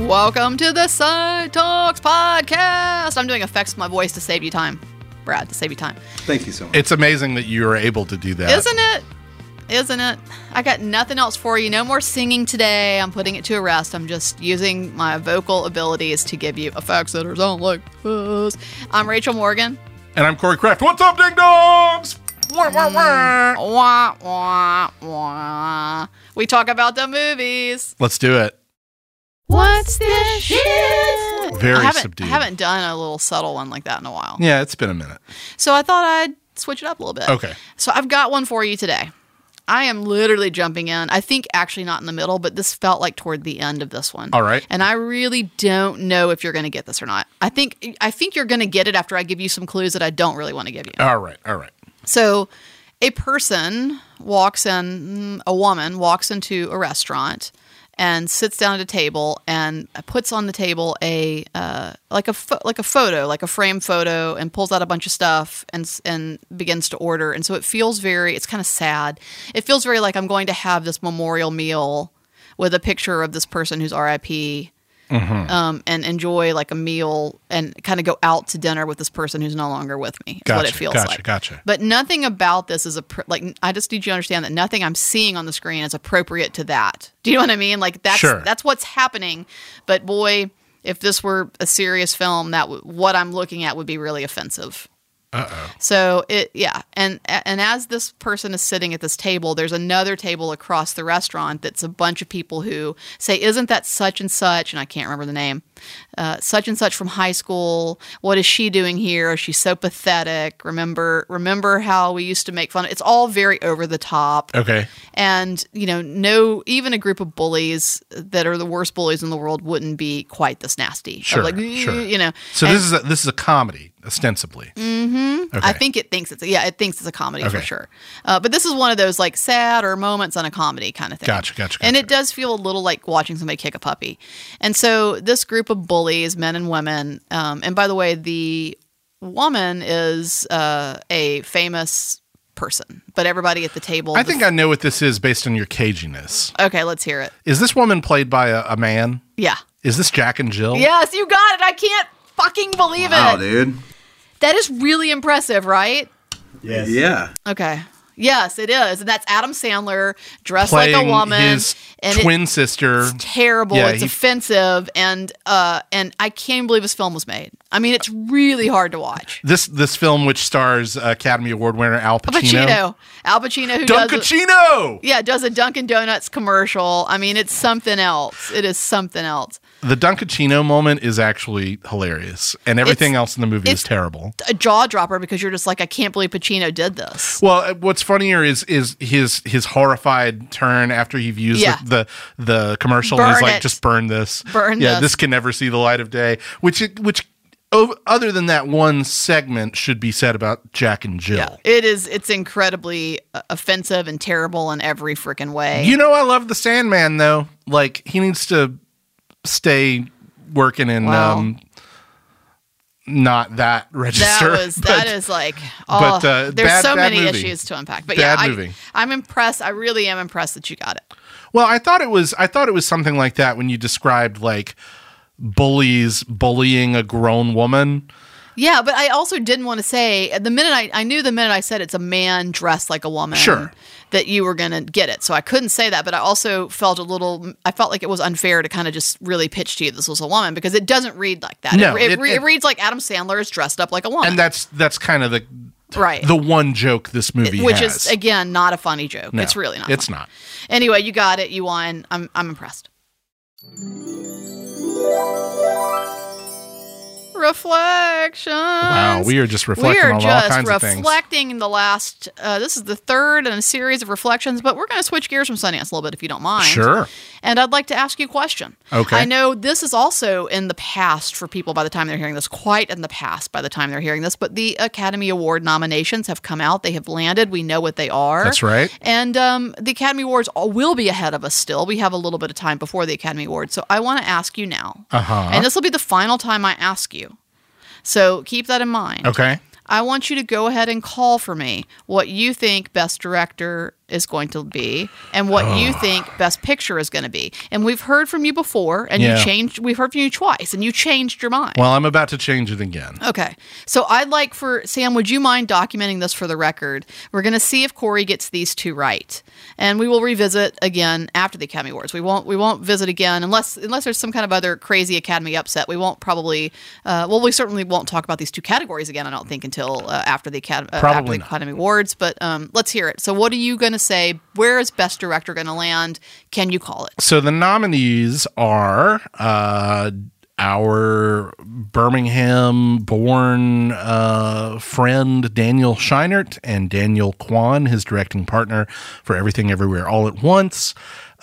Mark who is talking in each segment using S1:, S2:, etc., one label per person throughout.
S1: Welcome to the Side Talks podcast. I'm doing effects with my voice to save you time, Brad, to save you time.
S2: Thank you so much.
S3: It's amazing that you are able to do that.
S1: Isn't it? Isn't it? I got nothing else for you. No more singing today. I'm putting it to a rest. I'm just using my vocal abilities to give you effects that are sound like this. I'm Rachel Morgan.
S3: And I'm Corey Kraft. What's up, ding dongs? Wah, wah,
S1: Mm.
S3: wah.
S1: Wah, wah, wah. We talk about the movies.
S3: Let's do it.
S1: What's this shit? I
S3: Very
S1: haven't,
S3: subdued.
S1: I haven't done a little subtle one like that in a while.
S3: Yeah, it's been a minute.
S1: So I thought I'd switch it up a little bit.
S3: Okay.
S1: So I've got one for you today. I am literally jumping in. I think actually not in the middle, but this felt like toward the end of this one.
S3: All right.
S1: And I really don't know if you're going to get this or not. I think I think you're going to get it after I give you some clues that I don't really want to give you.
S3: All right. All right.
S1: So, a person walks in, a woman walks into a restaurant and sits down at a table and puts on the table a uh, like a pho- like a photo, like a frame photo, and pulls out a bunch of stuff and s- and begins to order. And so it feels very, it's kind of sad. It feels very like I'm going to have this memorial meal with a picture of this person who's RIP.
S3: Mm-hmm.
S1: Um, and enjoy like a meal and kind of go out to dinner with this person who's no longer with me. is what it
S3: Gotcha,
S1: feels
S3: gotcha,
S1: like.
S3: gotcha.
S1: But nothing about this is a pr- like. I just need you to understand that nothing I'm seeing on the screen is appropriate to that. Do you know what I mean? Like that's
S3: Sure.
S1: that's what's happening. But boy, if this were a serious film, that w- what I'm looking at would be really offensive. So it yeah, and and as this person is sitting at this table, there's another table across the restaurant that's a bunch of people who say, "Isn't that such and such?" And I can't remember the name, uh, such and such from high school. What is she doing here? She's so pathetic. Remember, remember how we used to make fun. It's all very over the top
S3: Okay.
S1: and you know no even a group of bullies that are the worst bullies in the world wouldn't be quite this nasty Or
S3: Sure,
S1: like
S3: sure.
S1: you know
S3: So
S1: And
S3: this is a, this is a comedy ostensibly. Mm-hmm. Okay.
S1: i think it thinks it's yeah it thinks it's a comedy for
S3: Okay.
S1: sure uh, but this is one of those like sad or moments on a comedy kind of thing
S3: Gotcha, gotcha,
S1: and
S3: gotcha.
S1: it does feel a little like watching somebody kick a puppy and so this group of bullies men and women um, and by the way the woman is uh, a famous person but everybody at the table
S3: I think I know what this is based on your caginess.
S1: okay let's hear it
S3: Is this woman played by a, a man?
S1: yeah
S3: Is this Jack and Jill?
S1: Yes, you got it. I can't fucking believe
S2: Wow,
S1: it.
S2: dude.
S1: That is really impressive, right?
S4: Yes.
S2: Yeah.
S1: Okay. Yes, it is. And that's Adam Sandler dressed
S3: Playing
S1: like a woman.
S3: his
S1: and it-
S3: twin sister.
S1: it's terrible.
S3: Yeah,
S1: it's
S3: he-
S1: offensive. And uh and I can't believe this film was made. I mean, it's really hard to watch.
S3: This this film, which stars uh, Academy Award winner Al
S1: Al
S3: Pacino.
S1: Pacino. Al Pacino who does
S3: Dunkachino!
S1: yeah, does a Dunkin' Donuts commercial. I mean, it's something else. It is something else.
S3: The Dunkachino moment is actually hilarious, and everything
S1: It's-
S3: else in the movie is
S1: it's-
S3: terrible.
S1: A jaw dropper because you're just like, I can't believe Pacino did this.
S3: Well, uh, what's funnier is is his his horrified turn after he views
S1: Yeah.
S3: the, the the commercial and he's
S1: Burn
S3: like,
S1: it.
S3: "Just burn this,
S1: Burn
S3: yeah,
S1: this.
S3: this. can never see the light of day." Which it, which o- other than that one segment should be said about Jack and Jill.
S1: It is. It's incredibly uh, offensive and terrible in every freaking way.
S3: You know, I love the Sandman though. Like he needs to stay working in
S1: Wow.
S3: um, not that
S1: that
S3: register.
S1: was that
S3: but-
S1: is like oh,
S3: but, uh,
S1: there's
S3: bad-
S1: so
S3: bad
S1: many
S3: movie.
S1: issues to unpack. But
S3: Bad
S1: yeah,
S3: movie.
S1: I, I'm impressed. I really am impressed that you got it.
S3: Well, I thought it was I thought it was something like that when you described like bullies bullying a grown woman.
S1: Yeah, but I also didn't want to say the minute I, I knew the minute I said it's a man dressed like a woman.
S3: Sure.
S1: That you were gonna get it, so I couldn't say that. But I also felt a little. I felt like it was unfair to kind of just really pitch to you this was a woman because it doesn't read like that.
S3: No,
S1: it, it,
S3: it-
S1: re-
S3: it-
S1: it reads like Adam Sandler is dressed up like a woman,
S3: And that's that's kind of the
S1: right?
S3: the one joke this movie
S1: which
S3: has.
S1: is again not a funny joke.
S3: No,
S1: it's really not.
S3: It's
S1: funny.
S3: not.
S1: Anyway, you got it. You won. I'm I'm impressed. Reflection.
S3: Wow, we are just reflecting
S1: we are
S3: on all
S1: just
S3: kinds of things.
S1: reflecting the last. Uh, this is the third in a series of reflections, but we're going to switch gears from Sundance a little bit, if you don't mind.
S3: Sure.
S1: And I'd like to ask you a question.
S3: Okay.
S1: I know this is also in the past for people by the time they're hearing this, quite in the past by the time they're hearing this, but the Academy Award nominations have come out. They have landed. We know what they are.
S3: That's right.
S1: And um, the Academy Awards all- will be ahead of us still. We have a little bit of time before the Academy Awards. So I want to ask you now,
S3: Uh-huh.
S1: and this will be the final time I ask you. So keep that in mind.
S3: Okay.
S1: I want you to go ahead and call for me what you think Best Director is going to be and what you think best picture is going to be. And we've heard from you before and
S3: Yeah.
S1: you changed we've heard from you twice and you changed your mind.
S3: Well, I'm about to change it again.
S1: Okay. So I'd like for Sam, would you mind documenting this for the record? We're going to see if Corey gets these two right. And we will revisit again after the Academy Awards. We won't we won't visit again unless unless there's some kind of other crazy Academy upset. We won't probably uh, well we certainly won't talk about these two categories again I don't think until uh, after the Academy uh, after
S3: Probably
S1: the
S3: not.
S1: Academy Awards, but um, let's hear it. So what are you going to say? Where is best director going to land? Can you call it?
S3: So the nominees are uh, our Birmingham-born uh, friend Daniel Scheinert and Daniel Kwan, his directing partner for Everything Everywhere All at Once.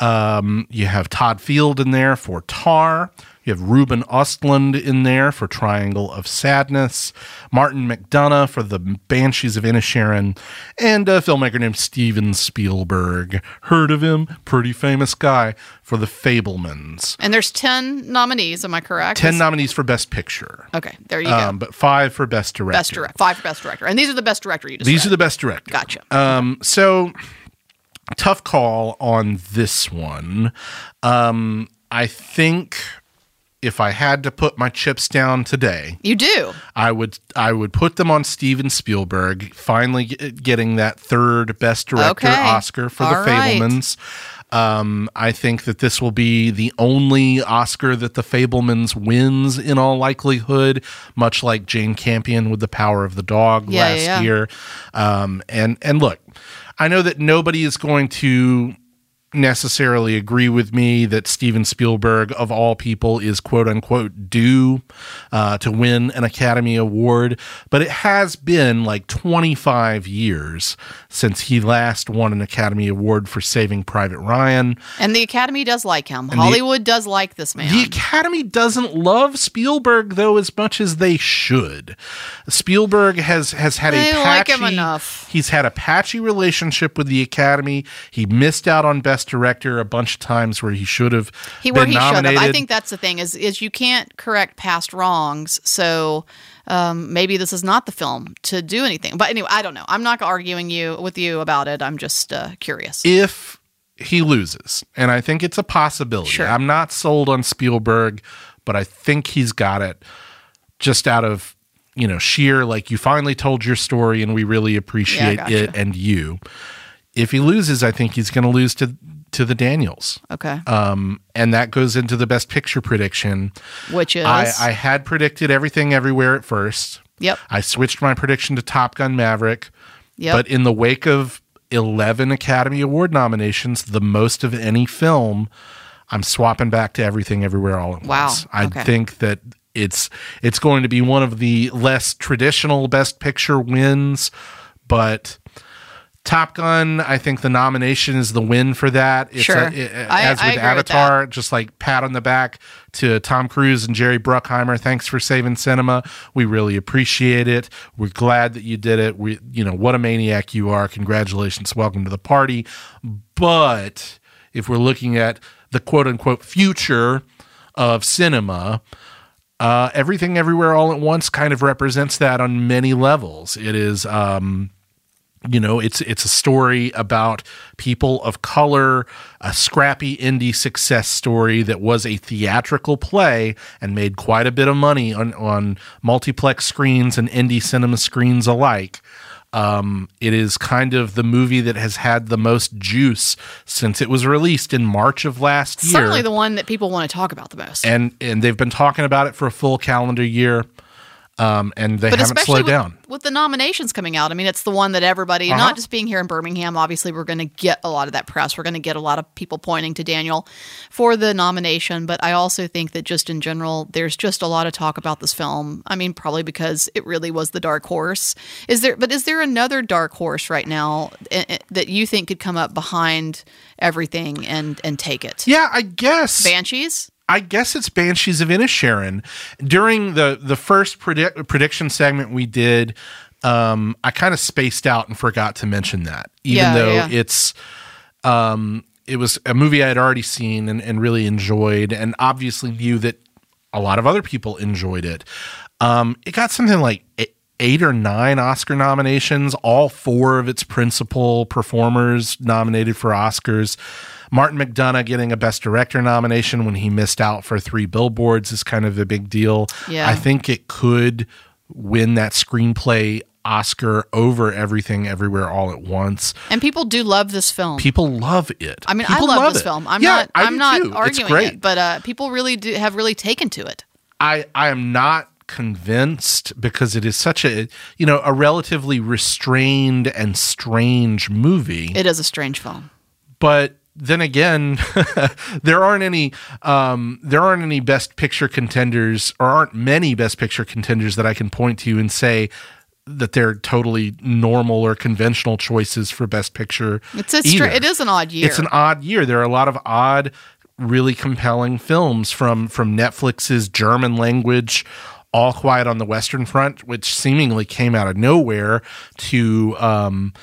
S3: Um, you have Todd Field in there for Tar. You have Ruben Ostlund in there for Triangle of Sadness, Martin McDonough for The Banshees of Inisherin, and a filmmaker named Steven Spielberg. Heard of him? Pretty famous guy for The Fablemans.
S1: And there's 10 nominees, am I correct?
S3: 10 nominees for Best Picture,
S1: Okay, there you go.
S3: um, but five for Best Director.
S1: Uh, best direct five for best director and these are the best director you just
S3: These
S1: read.
S3: are the Best Director.
S1: gotcha
S3: Um, so tough call on this one. Um, I think if I had to put my chips down today,
S1: you do
S3: I would I would put them on Steven Spielberg, finally g- getting that third best director
S1: Okay.
S3: Oscar for
S1: All
S3: The
S1: right.
S3: Fablemans. Um, I think that this will be the only Oscar that The Fablemans wins in all likelihood, much like Jane Campion with The Power of the Dog
S1: Yeah,
S3: last
S1: yeah, yeah.
S3: year. Um, and and look, I know that nobody is going to necessarily agree with me that Steven Spielberg, of all people, is quote unquote due uh, to win an Academy Award, but it has been like 25 years since he last won an Academy Award for Saving Private Ryan.
S1: and the academy does like him hollywood does like this man
S3: The Academy doesn't love Spielberg though as much as they should. Spielberg has has had
S1: They
S3: a
S1: like
S3: patchy
S1: him enough.
S3: he's had a patchy relationship with the Academy. He missed out on best director a bunch of times where he should have
S1: he where
S3: been
S1: he
S3: nominated.
S1: showed up i think that's the thing is is you can't correct past wrongs so um, maybe this is not the film to do anything but anyway i don't know i'm not arguing you with you about it i'm just uh, curious
S3: if he loses, and I think it's a possibility.
S1: Sure.
S3: I'm not sold on Spielberg, but I think he's got it just out of you know sheer like you finally told your story and we really appreciate
S1: gotcha.
S3: it and you. If he loses, I think he's going to lose to to the Daniels.
S1: okay
S3: Um, and that goes into the best picture prediction.
S1: which is
S3: I, I had predicted everything everywhere at first.
S1: yep
S3: I switched my prediction to Top Gun Maverick.
S1: Yep.
S3: But in the wake of 11 Academy Award nominations, the most of any film, I'm swapping back to Everything Everywhere All at
S1: Wow.
S3: Once. I
S1: Okay.
S3: think that it's it's going to be one of the less traditional best picture wins, but Top Gun, I think the nomination is the win for that. It's
S1: Sure.
S3: a- i-
S1: I-
S3: as
S1: I
S3: with
S1: agree with that.
S3: Avatar, just like pat on the back to Tom Cruise and Jerry Bruckheimer. Thanks for saving cinema. We really appreciate it. We're glad that you did it. We, you know, what a maniac you are. Congratulations. Welcome to the party. But if we're looking at the quote unquote future of cinema, uh, everything everywhere all at once kind of represents that on many levels. It is, um, you know, it's it's a story about people of color, a scrappy indie success story that was a theatrical play and made quite a bit of money on on multiplex screens and indie cinema screens alike. Um, it is kind of the movie that has had the most juice since it was released in March of last year
S1: certainly the one that people want to talk about the most
S3: and and they've been talking about it for a full calendar year, um, and they
S1: but
S3: haven't
S1: especially
S3: slowed
S1: with,
S3: down.
S1: with the nominations coming out. I mean, it's the one that everybody,
S3: Uh-huh.
S1: not just being here in Birmingham, obviously, we're going to get a lot of that press. We're going to get a lot of people pointing to Daniel for the nomination. But I also think that just in general, there's just a lot of talk about this film. I mean, probably because it really was the dark horse. Is there, but is there another dark horse right now eh, eh, that you think could come up behind everything and, and take it?
S3: Yeah, I guess.
S1: Banshees?
S3: I guess it's Banshees of Inisherin. During the the first predict, prediction segment we did, um, I kind of spaced out and forgot to mention that, even
S1: Yeah,
S3: though
S1: yeah.
S3: it's um, it was a movie I had already seen and, and really enjoyed, and obviously knew that a lot of other people enjoyed it. Um, it got something like eight or nine Oscar nominations, all four of its principal performers nominated for Oscars. Martin McDonough getting a Best Director nomination when he missed out for three billboards is kind of a big deal.
S1: Yeah.
S3: I think it could win that screenplay Oscar over everything, everywhere, all at once.
S1: And people do love this film.
S3: People love it.
S1: I mean,
S3: People
S1: I love, this
S3: it.
S1: film. I'm
S3: Yeah,
S1: not.
S3: I
S1: I'm
S3: do
S1: not
S3: too. It's
S1: arguing
S3: great.
S1: it, but uh, people really do have really taken to it.
S3: I I am not convinced because it is such a you know a relatively restrained and strange movie.
S1: It is a strange film.
S3: but then again, there aren't any um, there aren't any best picture contenders or aren't many best picture contenders that I can point to and say that they're totally normal or conventional choices for best picture.
S1: It's a str-
S3: either.
S1: it is an odd year.
S3: It's an odd year. There are a lot of odd, really compelling films from from Netflix's German language. All Quiet on the Western Front, which seemingly came out of nowhere to um,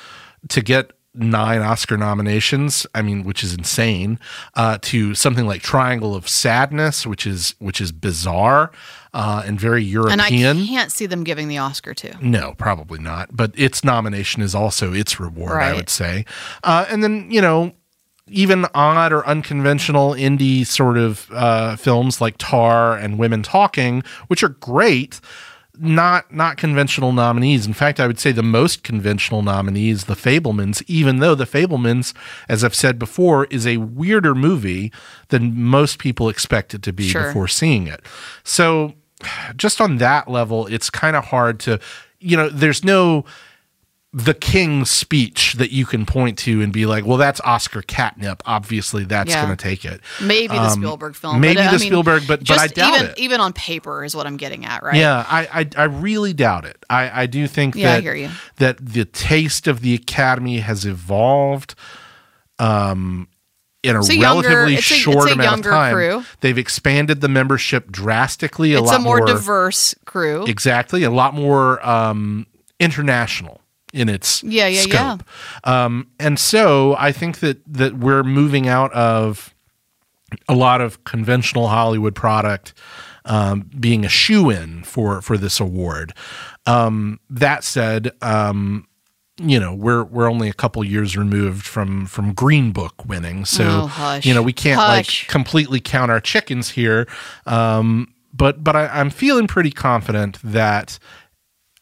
S3: to get nine Oscar nominations. I mean, which is insane. Uh, to something like Triangle of Sadness, which is which is bizarre uh, and very European.
S1: and I can't see them giving the Oscar to.
S3: No, probably not. But its nomination is also its reward, I
S1: Right.
S3: would say. Uh, and then, you know, even odd or unconventional indie sort of uh, films like Tar and Women Talking, which are great, not not conventional nominees. In fact, I would say the most conventional nominees, The Fablemans, even though The Fablemans, as I've said before, is a weirder movie than most people expect it to be
S1: Sure.
S3: before seeing it. So just on that level, it's kind of hard to, you know, there's no the king's speech that you can point to and be like, well, that's Oscar catnip. Obviously, that's
S1: Yeah.
S3: going to take it.
S1: Maybe the
S3: Um,
S1: Spielberg film.
S3: maybe
S1: but, uh,
S3: the
S1: I mean,
S3: Spielberg, but- but I
S1: just
S3: doubt
S1: even,
S3: it.
S1: Even on paper is what I'm getting at, right?
S3: Yeah, I, I I really doubt it. I I do think
S1: Yeah, I
S3: that
S1: hear you.
S3: that the taste of the academy has evolved. Um. In a
S1: a younger-
S3: relatively
S1: it's a- it's
S3: short
S1: a
S3: amount of
S1: younger
S3: time,
S1: crew.
S3: they've expanded the membership drastically. A
S1: It's
S3: lot
S1: a more, diverse crew.
S3: Exactly. A lot more um, international in its
S1: Yeah, yeah, yeah.
S3: scope. Yeah. Um, and so I think that that we're moving out of a lot of conventional Hollywood product um, being a shoe in for for this award. Um, that said, um, you know we're we're only a couple years removed from from Green Book winning, so
S1: Oh, hush.
S3: you know we can't
S1: Hush.
S3: like completely count our chickens here. Um, but but I, I'm feeling pretty confident that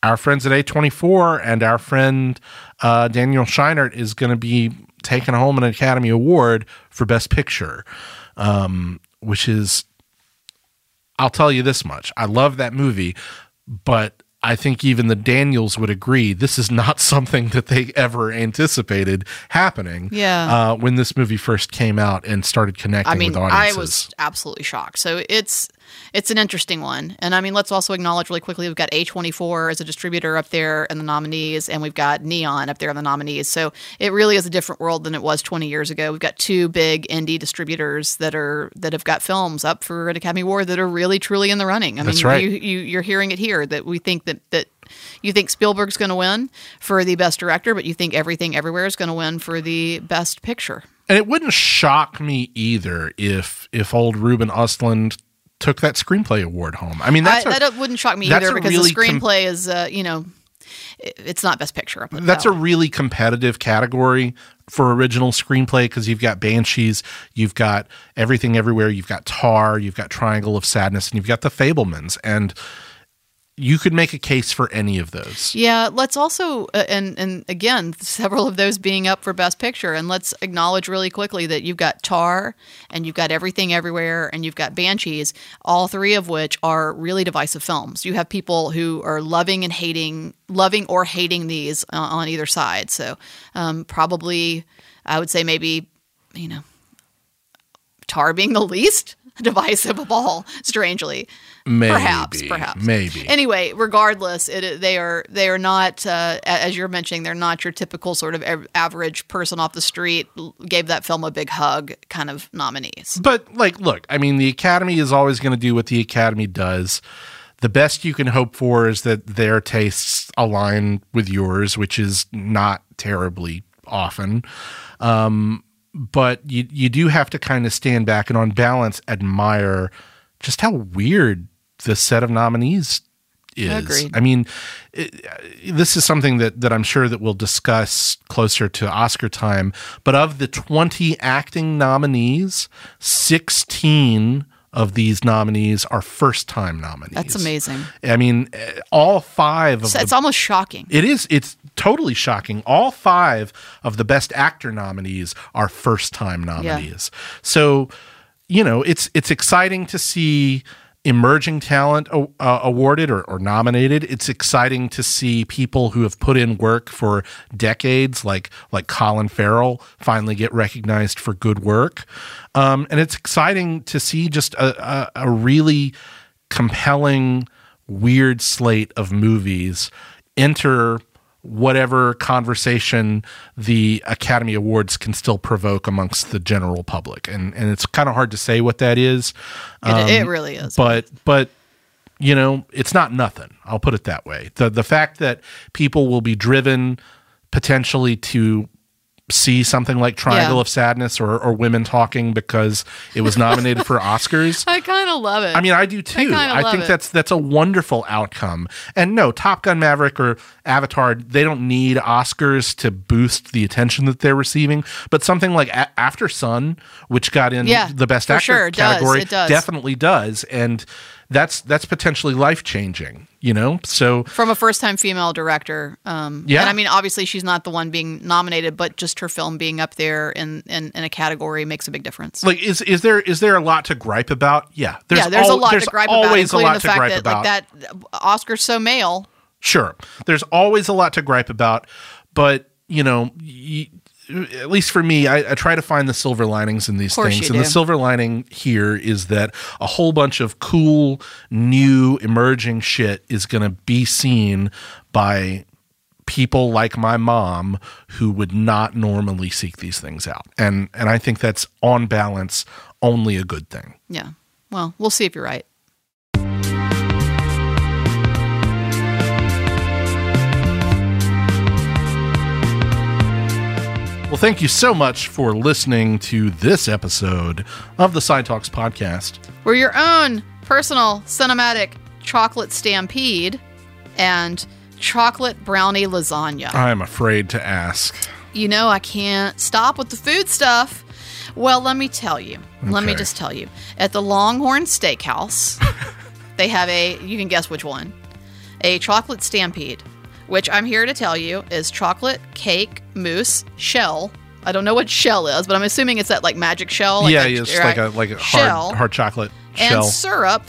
S3: our friends at A24 and our friend uh, Daniel Scheinert is going to be taking home an Academy Award for Best Picture, um, which is, I'll tell you this much. I love that movie, but I think even the Daniels would agree this is not something that they ever anticipated happening
S1: Yeah.
S3: uh, when this movie first came out and started connecting
S1: I mean,
S3: with audiences.
S1: I was absolutely shocked. So it's it's an interesting one, and I mean, let's also acknowledge really quickly we've got A twenty four as a distributor up there and the nominees, and we've got Neon up there on the nominees. So it really is a different world than it was twenty years ago. We've got two big indie distributors that are that have got films up for an Academy Award that are really truly in the running. I
S3: That's
S1: mean,
S3: right.
S1: you, you you're hearing it here that we think that that. You think Spielberg's going to win for the best director, but you think Everything Everywhere is going to win for the best picture.
S3: And it wouldn't shock me either if if old Ruben Ostlund took that screenplay award home. I mean, that's a
S1: I, that wouldn't shock me
S3: that's
S1: either
S3: a
S1: because
S3: really
S1: the screenplay is, uh, you know, it, it's not best picture. Up
S3: that's a really competitive category for original screenplay because you've got Banshees, you've got Everything Everywhere, you've got Tar, you've got Triangle of Sadness, and you've got The Fablemans, and you could make a case for any of those.
S1: yeah. Let's also uh, and and again several of those being up for best picture, and let's acknowledge really quickly that you've got Tar and you've got Everything Everywhere and you've got Banshees, all three of which are really divisive films. You have people who are loving and hating, loving or hating these uh, on either side. So um, probably, I would say maybe you know Tar being the least divisive of all, strangely.
S3: Maybe,
S1: Perhaps, perhaps,
S3: maybe.
S1: Anyway, regardless, it, they are they are not uh, a- as you're mentioning. They're not your typical sort of av- average person off the street l- gave that film a big hug kind of nominees.
S3: But like, look, I mean, the Academy is always going to do what the Academy does. The best you can hope for is that their tastes align with yours, which is not terribly often. Um, but you you do have to kind of stand back and, on balance, admire just how weird the set of nominees is.
S1: Agreed.
S3: I mean, it, this is something that that I'm sure that we'll discuss closer to Oscar time. But of the 20 acting nominees, 16 of these nominees are first time nominees.
S1: That's amazing.
S3: I mean, eh, all five of
S1: So
S3: the
S1: it's almost shocking.
S3: it is. It's totally shocking. All five of the best actor nominees are first time nominees. So, you know, it's it's exciting to see emerging talent a- uh, awarded or, or nominated. It's exciting to see people who have put in work for decades, like like Colin Farrell, finally get recognized for good work. Um, and it's exciting to see just a, a, a really compelling weird slate of movies enter whatever conversation the Academy Awards can still provoke amongst the general public. And and it's kind of hard to say what that is.
S1: It, it really is.
S3: Um, But but you know, it's not nothing. I'll put it that way. The the fact that people will be driven potentially to see something like Triangle
S1: Yeah.
S3: of Sadness or or Women Talking because it was nominated for Oscars.
S1: I kind of love it.
S3: I mean, I do too.
S1: kinda
S3: I,
S1: love
S3: think
S1: it.
S3: that's that's a wonderful outcome. And no, Top Gun Maverick or Avatar, they don't need Oscars to boost the attention that they're receiving. But something like a- After Sun, which got in
S1: Yeah,
S3: the best
S1: for
S3: actor
S1: sure, it does,
S3: category,
S1: it does.
S3: definitely does. And that's that's potentially life changing. You know, so
S1: from a first time female director. Um,
S3: Yeah.
S1: And I mean, obviously, she's not the one being nominated, but just her film being up there in, in, in a category makes a big difference.
S3: like is is there is there a lot to gripe about? Yeah,
S1: yeah, there's
S3: al-
S1: a lot
S3: there's
S1: to gripe about,
S3: always
S1: including
S3: a lot
S1: the
S3: to
S1: fact
S3: gripe
S1: that
S3: about.
S1: like that uh, Oscar's so male.
S3: Sure. There's always a lot to gripe about, but you know, y at least for me, I, I try to find the silver linings in these
S1: Of course
S3: things.
S1: you
S3: And the
S1: do.
S3: silver lining here is that a whole bunch of cool, new, emerging shit is going to be seen by people like my mom who would not normally seek these things out. And and I think that's on balance only a good thing.
S1: Yeah. Well, we'll see if you're right.
S3: Well, thank you so much for listening to this episode of the Side Talks podcast.
S1: We're your own personal cinematic chocolate stampede and chocolate brownie lasagna.
S3: I'm afraid to ask.
S1: you know, I can't stop with the food stuff. Well, let me tell you. Let me
S3: Okay.
S1: just tell you. At the Longhorn Steakhouse, they have a, you can guess which one, a chocolate stampede, which I'm here to tell you is chocolate cake mousse shell. I don't know what shell is, but I'm assuming it's that like magic shell.
S3: yeah,
S1: that-
S3: yeah, it's
S1: right?
S3: like a like a
S1: Shell.
S3: hard hard chocolate
S1: and
S3: shell.
S1: syrup.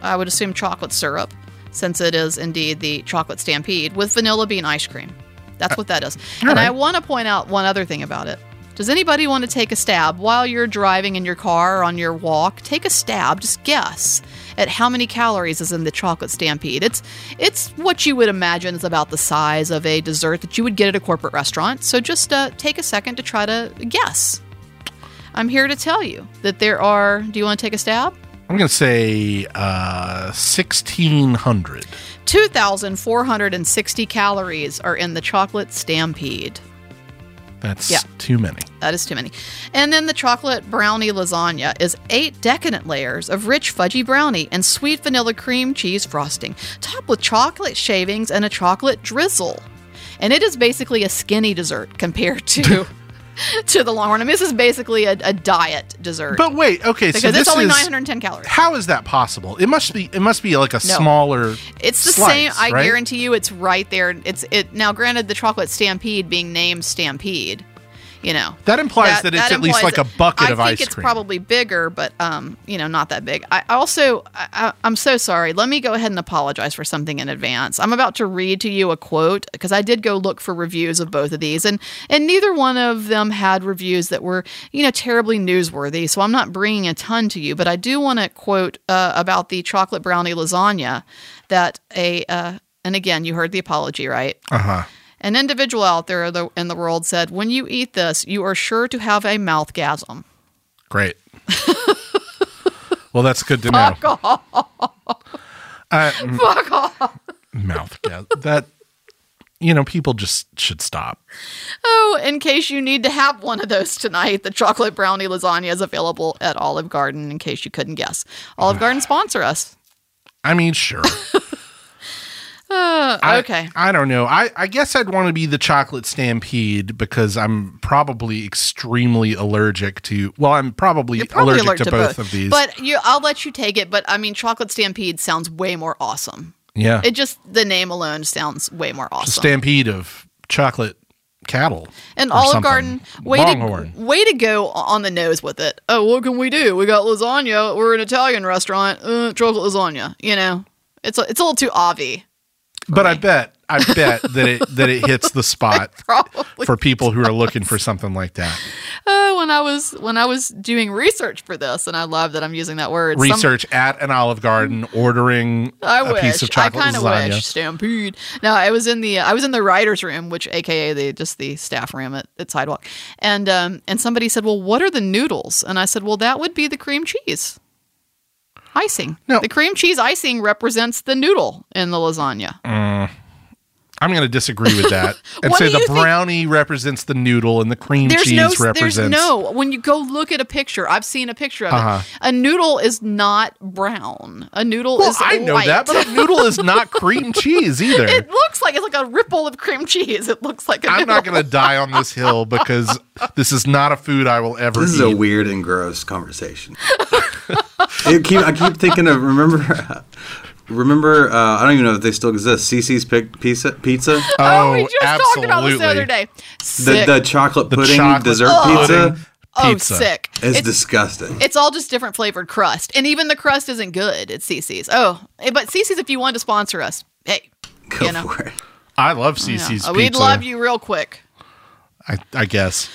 S1: I would assume chocolate syrup, since it is indeed the chocolate stampede with vanilla bean ice cream. That's what that is.
S3: Uh, all
S1: And I
S3: right.
S1: want to point out one other thing about it. Does anybody want to take a stab while you're driving in your car or on your walk? Take a stab, just guess at how many calories is in the chocolate stampede. It's it's what you would imagine is about the size of a dessert that you would get at a corporate restaurant. So just uh, take a second to try to guess. I'm here to tell you that there are. Do you want to take a stab?
S3: I'm gonna say uh, sixteen hundred.
S1: 2,460 calories are in the chocolate stampede.
S3: That's
S1: Yeah.
S3: too many.
S1: That is too many. And then the chocolate brownie lasagna is eight decadent layers of rich fudgy brownie and sweet vanilla cream cheese frosting, topped with chocolate shavings and a chocolate drizzle. And it is basically a skinny dessert compared to to the Longhorn. I mean, this is basically a, a diet dessert
S3: But wait, okay,
S1: because
S3: so this
S1: it's only
S3: is
S1: 910 calories.
S3: how is that possible? It must be it must be like a smaller.
S1: It's the
S3: slice,
S1: same. I
S3: right?
S1: guarantee you, it's right there. It's it now. Granted, the chocolate stampede being named Stampede, you know
S3: That implies that, it's at least like
S1: implies
S3: a
S1: it.
S3: bucket
S1: I
S3: of
S1: think
S3: ice
S1: it's
S3: cream.
S1: probably bigger, but um, you know, not that big. I I also, I, I, I'm so sorry. Let me go ahead and apologize for something in advance. I'm about to read to you a quote because I did go look for reviews of both of these, and and neither one of them had reviews that were you know terribly newsworthy. So I'm not bringing a ton to you, but I do want to quote uh, about the chocolate brownie lasagna that a uh, and again, you heard the apology, right?
S3: uh huh.
S1: An individual out there tho- in the world said, When you eat this, you are sure to have a mouthgasm.
S3: Great. well, that's good to know. Fuck off. Fuck off. Mouth gas. That you know, people just should stop.
S1: Oh, in case you need to have one of those tonight, the chocolate brownie lasagna is available at Olive Garden, in case you couldn't guess. Olive Garden sponsor us.
S3: I mean, sure.
S1: Uh,
S3: I-
S1: okay.
S3: I, don't know. I, I guess I'd want to be the chocolate stampede because I'm probably extremely allergic to. Well, I'm probably,
S1: You're probably allergic
S3: allergic, to, both, of these.
S1: But you, I'll let you take it. But I mean, Chocolate Stampede sounds way more awesome.
S3: yeah,
S1: It just the name alone sounds way more awesome.
S3: stampede of chocolate cattle
S1: and
S3: or
S1: Olive
S3: something.
S1: Garden, way
S3: Longhorn.
S1: to way to go on the nose with it. Oh, what can we do? We got lasagna. We're an Italian restaurant. Uh, chocolate lasagna. You know, it's a, it's a little too obvi.
S3: but I bet I bet that it that it hits the spot
S1: Probably.
S3: for people who are looking for something like that.
S1: Uh, when I was when I was doing research for this, and I love that I'm using that word. Some-
S3: Research at an Olive Garden, ordering
S1: I
S3: a
S1: wish.
S3: piece of chocolate
S1: I kind of
S3: lasagna.
S1: wish Stampede. No, I was in the uh, I was in the writers' room, which AKA the just the staff room at, at Sidewalk, and um and somebody said, "Well, what are the noodles?" And I said, "Well, that would be the cream cheese icing.
S3: No.
S1: The cream cheese icing represents the noodle in the lasagna.
S3: I'm going to disagree with that and
S1: What
S3: say
S1: do
S3: the
S1: you think-
S3: brownie represents the noodle and the cream
S1: There's
S3: cheese
S1: no
S3: represents.
S1: there's no when you go look at a picture. I've seen a picture of
S3: Uh-huh.
S1: it. A noodle is not brown. A noodle
S3: Well,
S1: is
S3: I know
S1: white.
S3: that, but a noodle is not cream cheese either.
S1: it looks like it's like a ripple of cream cheese. It looks like a
S3: I'm
S1: noodle.
S3: not going to die on this hill because this is not a food I will ever
S2: This is
S3: eat.
S2: a weird and gross conversation. I keep, I keep thinking of remember, remember. Uh, I don't even know if they still exist. CC's Pic- Pizza, Pizza,
S1: Oh, we just talked about this the
S3: absolutely.
S1: other day.
S2: the,
S1: Sick.
S2: the chocolate
S3: The
S2: pudding
S3: chocolate
S2: dessert
S3: pudding
S2: pizza
S1: oh,
S3: pizza.
S1: sick.
S2: is
S1: It's,
S2: disgusting.
S1: it's all just different flavored crust. And even the crust isn't good at CC's. Oh, eh, but CC's, if you wanted to sponsor us, hey,
S2: Go
S1: you know.
S2: for it.
S3: I love
S1: you
S3: CC's
S1: know,
S3: pizza.
S1: Oh, we'd love you real quick.
S3: I, I guess.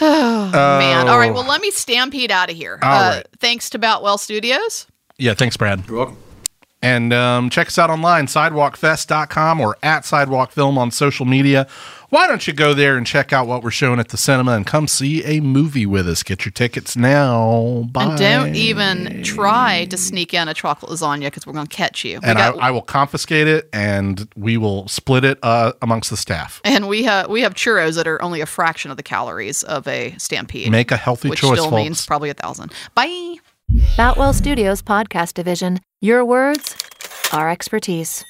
S1: Man. All right. Well, let me stampede out of here. Uh,
S3: All right.
S1: Thanks to Boutwell Studios.
S3: Yeah, thanks, Brad.
S2: You're welcome.
S3: And um, check us out online, sidewalkfest.com or at sidewalkfilm on social media. Why don't you go there and check out what we're showing at the cinema and come see a movie with us? Get your tickets now. Bye.
S1: And don't even try to sneak in a chocolate lasagna because we're going to catch you. We
S3: and I,
S1: got-
S3: I will confiscate it and we will split it uh, amongst the staff.
S1: and we have we have churros that are only a fraction of the calories of a stampede,
S3: Make a healthy
S1: which
S3: choice,
S1: still
S3: folks.
S1: means probably a thousand. Bye.
S4: Boutwell Studios Podcast Division. Your words, our expertise.